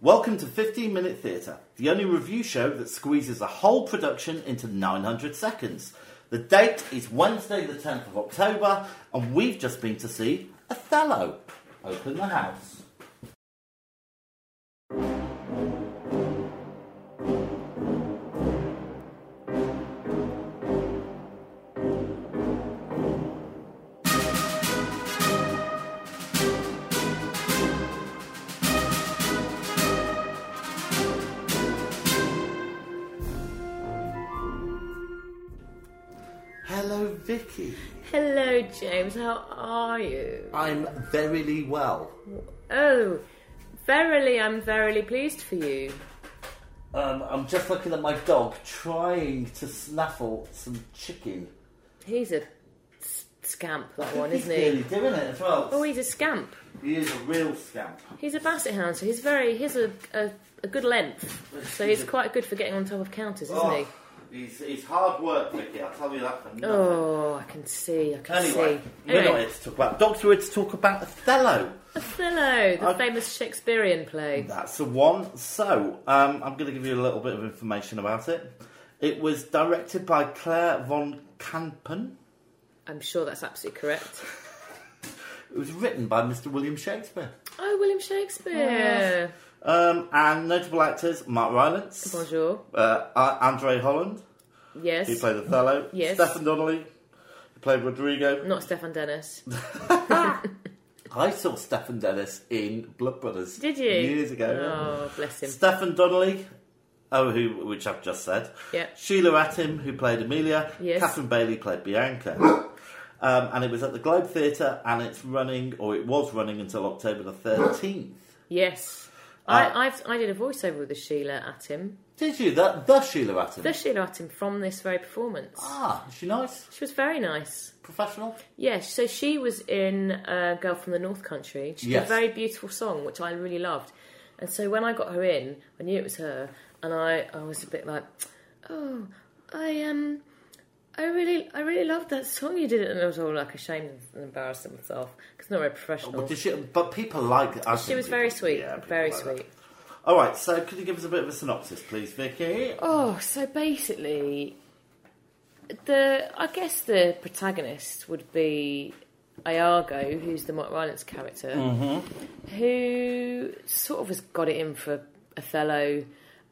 Welcome to 15 Minute Theatre, the only review show that squeezes a whole production into 900 seconds. The date is Wednesday, the 10th of October, and we've just been to see Othello. Open the house. Hello, Vicky. Hello, James. How are you? I'm verily well. Oh, verily, I'm verily pleased for you. Um, I'm just looking at my dog trying to snaffle some chicken. He's a s- scamp, that one, he's isn't he? really doing it as well. Oh, he's a scamp. He is a real scamp. He's a basset hound, so he's very he's a a, a good length. So he's quite good for getting on top of counters, isn't he? Oh, he's, he's hard work, Vicky. I'll tell you that for nothing. Oh, I can see. I can Anyway, see. we're not here to talk about dogs. We're here to talk about Othello. Othello, the I- famous Shakespearean play. That's the one. So um, I'm going to give you a little bit of information about it. It was directed by Claire von Kampen. I'm sure that's absolutely correct. It was written by Mr. William Shakespeare. Oh, William Shakespeare. Yes. Um, and notable actors Mark Rylance, Bonjour. uh, A- Andre Holland, Yes. who played Othello, Yes. Stephen Donnelly, who played Rodrigo. Not Stefan Dennis. I saw Stephen Dennis in Blood Brothers. Did you? Years ago. Oh, bless him. Stefan Donnelly, oh, who which I've just said. Yeah. Sheila Atim, who played Amelia. Yes. Catherine Bailey played Bianca. um, and it was at the Globe Theatre, and it's running, or it was running until October the thirteenth. Yes. Uh, I, I've, I did a voiceover with the Sheila at him. Did you? That the Sheila Atim. The Sheila at him from this very performance. ah, is she nice? She was very nice. Professional? Yes, so she was in uh, Girl from the North Country. She Yes. did a very beautiful song, which I really loved. And so when I got her in, I knew it was her, and I, I was a bit like, oh, I um, I really I really loved that song you did, and I was all like ashamed and embarrassed of myself because not very professional. Well, did she, but people like it. I Oh. she think was people- very sweet, yeah, people very like that. sweet. All right, so could you give us a bit of a synopsis, please, Vicky? Oh, so basically, the I guess the protagonist would be Iago, who's the Mark Rylance character, who sort of has got it in for Othello,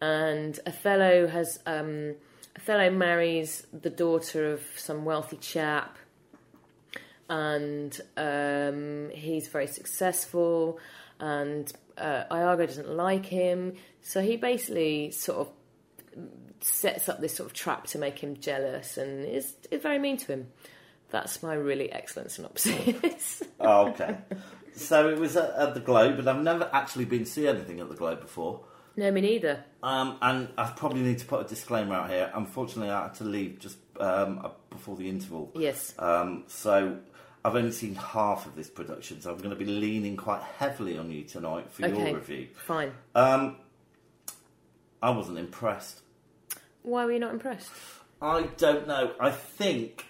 and Othello has um, Othello marries the daughter of some wealthy chap, and um, he's very successful, and uh, Iago doesn't like him, so he basically sort of sets up this sort of trap to make him jealous and is, is very mean to him. That's my really excellent synopsis. Oh, okay. so it was at, at the Globe, and I've never actually been to see anything at the Globe before. no, me neither. Um, and I probably need to put a disclaimer out here. Unfortunately, I had to leave just um, before the interval. Yes. Um, so I've only seen half of this production, so I'm going to be leaning quite heavily on you tonight for okay. your review. Fine. Um, I wasn't impressed. Why were you not impressed? I don't know. I think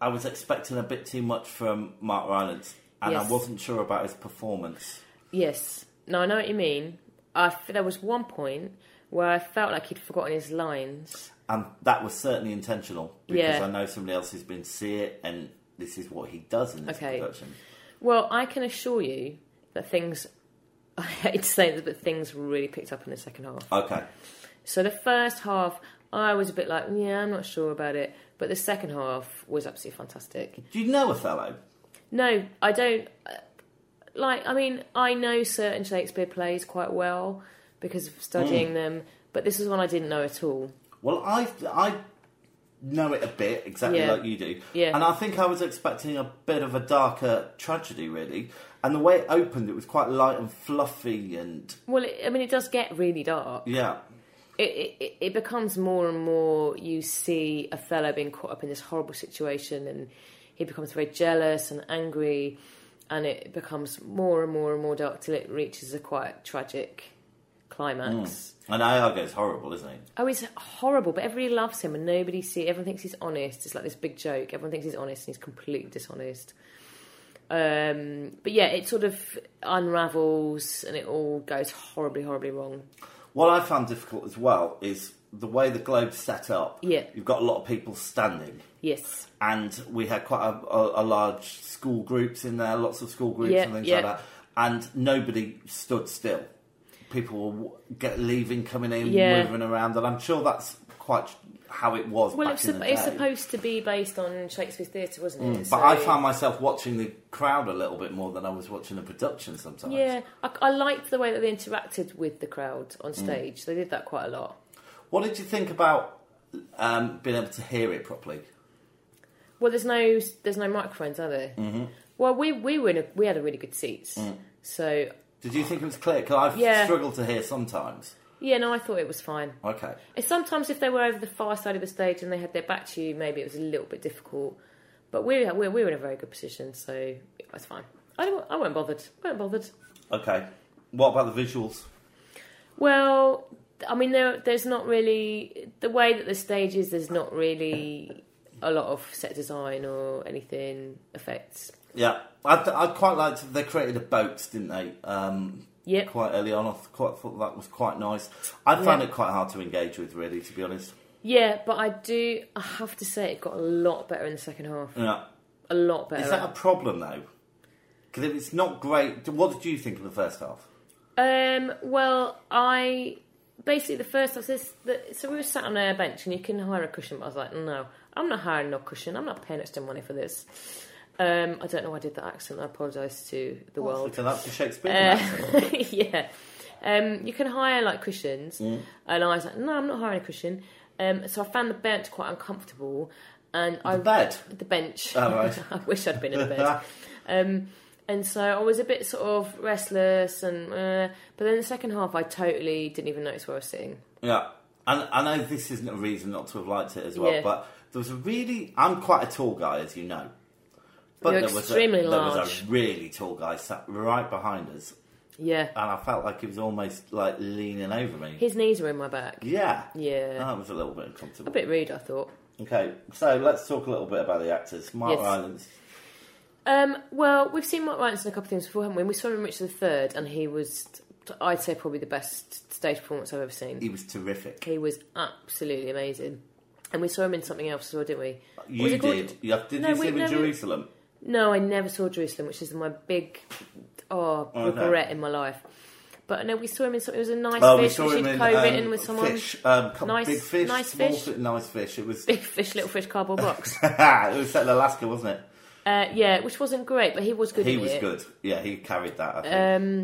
I was expecting a bit too much from Mark Rylance, and I Yes. wasn't sure about his performance. Yes. No, I know what you mean. I f- there was one point where I felt like he'd forgotten his lines. And that was certainly intentional because Yeah. I know somebody else who's been to see it, and this is what he does in this Okay. production. Well, I can assure you that things. I hate to say this, but things really picked up in the second half. Okay. So the first half, I was a bit like, yeah, I'm not sure about it. But the second half was absolutely fantastic. Do you know Othello? No, I don't. uh, Like, I mean, I know certain Shakespeare plays quite well because of studying them, but this is one I didn't know at all. Well, I I know it a bit exactly Yeah. like you do. Yeah. And I think I was expecting a bit of a darker tragedy, really. And the way it opened, it was quite light and fluffy, and Well, it, I mean, it does get really dark. yeah, It, it it becomes more and more. You see Othello being caught up in this horrible situation, and he becomes very jealous and angry, and it becomes more and more and more dark till it reaches a quite tragic climax. and Iago's horrible, isn't he? Oh, he's horrible, but everybody loves him and nobody see. Everyone thinks he's honest. It's like this big joke. Everyone thinks he's honest and he's completely dishonest. Um, but yeah, it sort of unravels and it all goes horribly, horribly wrong. What I found difficult as well is the way the globe's set up. Yeah. You've got a lot of people standing. Yes. and we had quite a, a, a large school groups in there, lots of school groups Yeah, and things yeah. like that, and nobody stood still. People were w- get leaving, coming in, Yeah. moving around, and I'm sure that's quite how it was. Well, back it's, in supp- the it's day. Mm, supposed to be based on Shakespeare's theatre, wasn't it? But I found myself watching the crowd a little bit more than I was watching the production sometimes. Yeah, I, I liked the way that they interacted with the crowd Mm. on stage. They did that quite a lot. What did you think about um, being able to hear it properly? Well, there's no there's no microphones, are there? Mm-hmm. Well, we we were in a, we had a really good seats, Mm. so Did you think it was clear? Because I've Yeah. struggled to hear sometimes. yeah, no, I thought it was fine. Okay. And sometimes if they were over the far side of the stage and they had their back to you, maybe it was a little bit difficult. But we we we were in a very good position, so it was fine. I don't, I weren't bothered. weren't bothered. Okay. What about the visuals? Well, I mean, there, there's not really the way that the stage is. There's not really a lot of set design or anything effects. Yeah, I, I quite liked. They created a boat, didn't they? Um, Yep. Quite early on, I th- quite thought that was quite nice. I found Yeah. it quite hard to engage with, really, to be honest. Yeah, but I do. I have to say, it got a lot better in the second half. Yeah, A lot better. is that a problem though? Because if it's not great, what did you think of the first half? Um, well, I basically the first I says that so we were sat on a bench and you can hire a cushion, but I was like, no, I'm not hiring no cushion. I'm not paying extra money for this. Um, I don't know why I did that accent. I apologise to Oh, the world. Because that's the Shakespeare. now. Uh, yeah. Um, you can hire like cushions, Mm. and I was like, no, I'm not hiring a cushion. Um, so I found the bench quite uncomfortable, and I The bed. the bench. Oh, right. I wish I'd been in bed. um, and so I was a bit sort of restless, and uh, but then the second half, I totally didn't even notice where I was sitting. Yeah, and I know this isn't a reason not to have liked it as well, Yeah. but there was a really. I'm quite a tall guy, as you know. But You're there was, a, extremely there was large. a really tall guy sat right behind us, Yeah, and I felt like he was almost like leaning over me. his knees were in my back. Yeah. Yeah. That was a little bit A uncomfortable. bit rude, I thought. Okay, so let's talk a little bit about the actors. Mark Yes. Rylance. Um, well, we've seen Mark Rylance in a couple of things before, haven't we? We saw him in Richard III, and he was, I'd say, probably the best stage performance I've ever seen. He was terrific. He was absolutely amazing. And we saw him in something else as well, didn't we? You Was it did. called- Yeah, did No, you see we- him in no, we- Jerusalem? No, I never saw Jerusalem, which is my big oh, Oh, no. regret in my life. But no, we saw him in something. It was a nice Oh, we fish saw which him he'd in co-written um, with someone. Fish, um, co- Nice- big fish, nice small fish. fi- nice fish. It was. it Big fish, little fish, cardboard box. was set in Alaska, wasn't it? uh, yeah, which wasn't great, but he was good. He in was it. good. Yeah, he carried that. I think.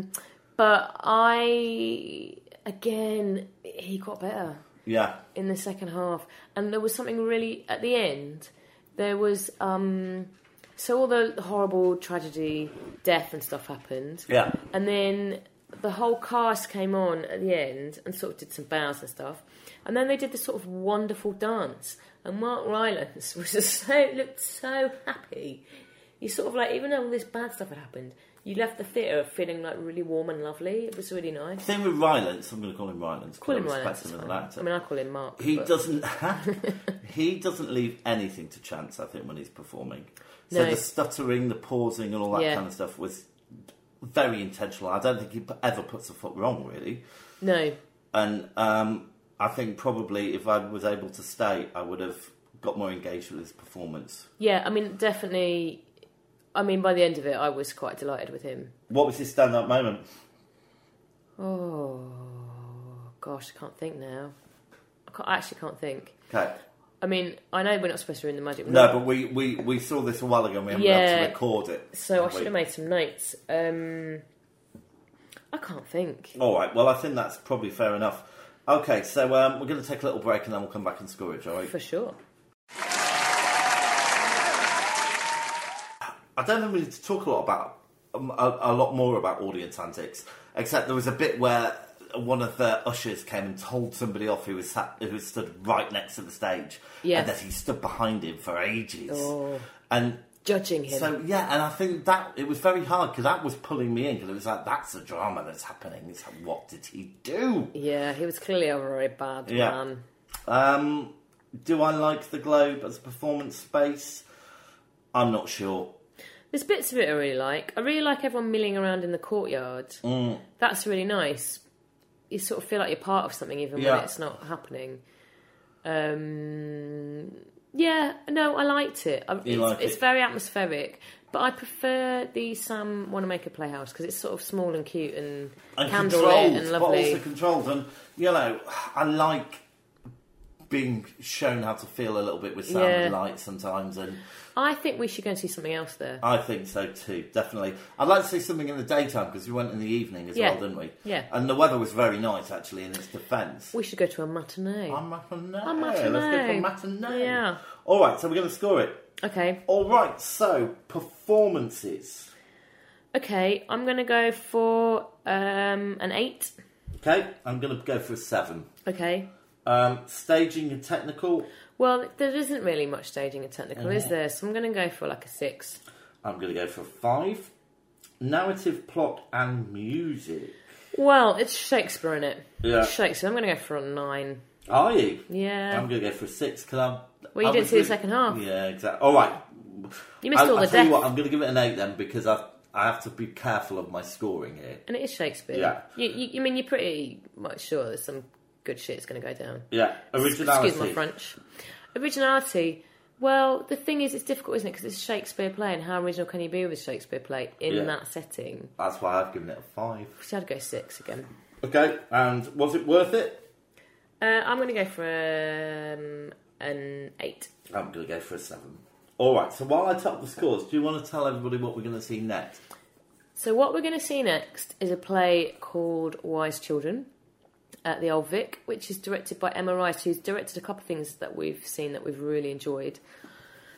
Um, but I again, he got better. yeah, in the second half, and there was something really at the end. There was um, so all the horrible tragedy, death, and stuff happened. Yeah. and then the whole cast came on at the end and sort of did some bows and stuff, and then they did this sort of wonderful dance. And Mark Rylance was just so looked so happy. You sort of like even though all this bad stuff had happened, you left the theatre feeling like really warm and lovely. It was really nice. thing with Rylance. I'm going to call him Rylance. 'cause Call him I respect Rylance. it's him as fine. an actor. I mean, I call him Mark. He but- doesn't. he doesn't leave anything to chance. I think when he's performing, so No. the stuttering, the pausing, and all that Yeah. kind of stuff was very intentional. I don't think he p- ever puts a foot wrong, really. No, And um, I think probably if I was able to stay, I would have got more engaged with his performance. Yeah, I mean, definitely. I mean, by the end of it, I was quite delighted with him. What was his stand-up moment? Oh gosh, I can't think now. I, can't, I actually can't think. Okay. I mean, I know we're not supposed to be in the magic. room, No, but we, we, we saw this a while ago. and We haven't been able Yeah. to record it. so I have should we? have made some notes. Um, I can't think. All right. Well, I think that's probably fair enough. Okay, so um, we're going to take a little break and then we'll come back and score it. All right. For sure. I don't think we need to talk a lot about um, a, a lot more about audience antics, except there was a bit where one of the ushers came and told somebody off who was sat, who was stood right next to the stage, Yeah. and that he stood behind him for ages, Oh. and. Judging him. So yeah, and I think that it was very hard because that was pulling me in because it was like that's the drama that's happening. It's like what did he do? yeah, he was clearly a very bad Yeah. man. Um, do I like the Globe as a performance space? I'm not sure. There's bits of it I really like. I really like everyone milling around in the courtyard. Mm. That's really nice. You sort of feel like you're part of something even Yeah. when it's not happening. Um, yeah, no, I liked it. I, it's, like it's it? very atmospheric, but I prefer the Sam Wanamaker Playhouse because it's sort of small and cute and, and candlelit controlled, and but lovely. also controlled. And you know, I like being shown how to feel a little bit with sound and Yeah. light sometimes, and I think we should go and see something else there. I think so too, definitely. I'd like to see something in the daytime because we went in the evening as Yeah. well, didn't we? Yeah. And the weather was very nice actually. In its defence, We should go to a matinee. I'm matinee. A Let's go for matinee. matinee. Yeah. All right, so we're going to score it. okay, All right, so performances. okay, I'm gonna go for um, an eight. Okay, I'm going to go for a seven. Okay. Um, staging and technical, Well, there isn't really much staging and technical, Mm-hmm. is there? So I'm going to go for like a six. I'm going to go for five. Narrative, plot, and music. Well, it's Shakespeare in it. Yeah. It's Shakespeare. I'm going to go for a nine. Are you? Yeah. I'm going to go for a six because I'm. Well, you I didn't was see the really- second half. Yeah, exactly. All right. you missed I, all I the tell death, you what, I'm going to give it an eight then because I I have to be careful of my scoring here. and it is Shakespeare. Yeah. You, you, you mean you're pretty much sure there's some good shit's going to go down. Yeah, originality. Excuse my French. Originality. Well, the thing is, it's difficult, isn't it? Because it's a Shakespeare play, and how original can you be with a Shakespeare play in Yeah. that setting? That's why I've given it a five. So I'd go six again. Okay, and was it worth it? Uh, I'm going to go for um, an eight. I'm going to go for a seven. All right. So while I top the scores, do you want to tell everybody what we're going to see next? So what we're going to see next is a play called Wise Children at the Old Vic, which is directed by Emma Rice, who's directed a couple of things that we've seen that we've really enjoyed.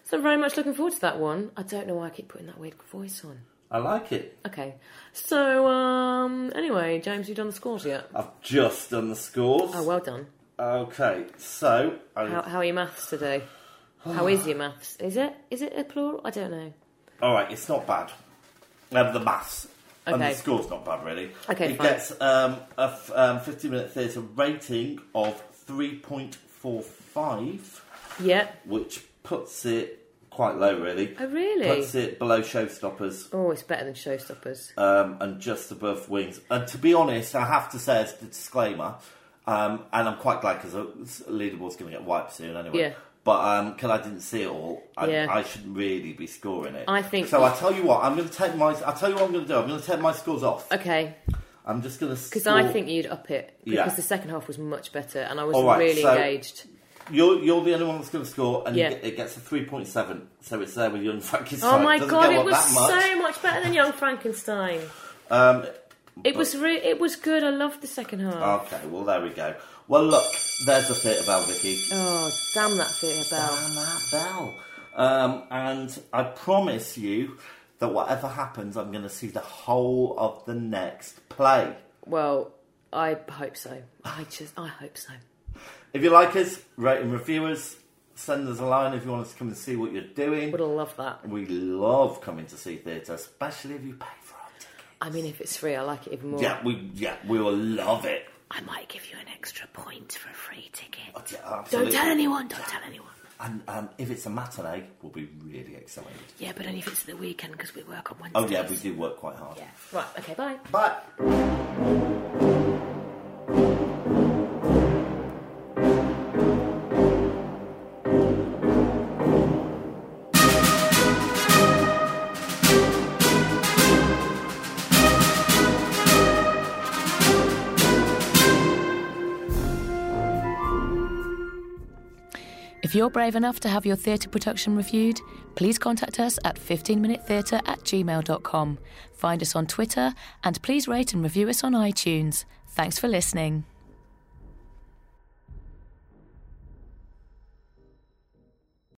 So I'm very much looking forward to that one. I don't know why I keep putting that weird voice on. I like it. Okay. So um anyway, James, you done the scores yet? I've just done the scores. Oh, well done. Okay, so I- How, how are your maths today? How is your maths? Is it is it a plural? I don't know. all right, it's not bad. Um, the maths and the Okay. score's not bad really. Okay, it fine. gets um, a f- um, fifty-minute theatre rating of three point four five, Yeah. which puts it quite low really. Oh really? Puts it below Showstoppers Oh, it's better than Showstoppers. um, and just above Wings. And to be honest, I have to say as the disclaimer, um, and I'm quite glad because leaderboard's going to get wiped soon anyway. Yeah. But um, because I didn't see it all, I, Yeah. I shouldn't really be scoring it. I think- So I tell you what, I'm going to take my. I tell you what I'm going to do. I'm going to take my scores off. Okay. I'm just going to Because I think you'd up it because Yeah. the second half was much better and I was All right, really so- engaged. you're you're the only one that's going to score, and you Yeah. get- it gets a three point seven. So it's there with young Frankie's Oh my Doesn't god, go it up was that much. so much better than Young Frankenstein. Um, It was re- it was good. I loved the second half. okay, well there we go. Well look, there's the theatre bell, Vicky. oh damn that theatre bell! down that bell. Um, and I promise you that whatever happens, I'm going to see the whole of the next play. Well, I hope so. I just I hope so. If you like us, rate and review us. Send us a line if you want us to come and see what you're doing. Would have loved that. We love coming to see theatre, especially if you pay for our ticket. I mean, if it's free, I like it even more. Yeah, we yeah we will love it. I might give you an extra point for a free ticket. Oh, yeah, Don't absolutely. tell anyone. Don't tell anyone. And um, if it's a matinee, we'll be really excited. Yeah, but only if it's the weekend because we work on Wednesday. Oh yeah, we do work quite hard. Yeah. Right. Okay. Bye. But. If you're brave enough to have your theatre production reviewed, please contact us at 15minutetheatre at gmail.com. Find us on Twitter and please rate and review us on iTunes. Thanks for listening.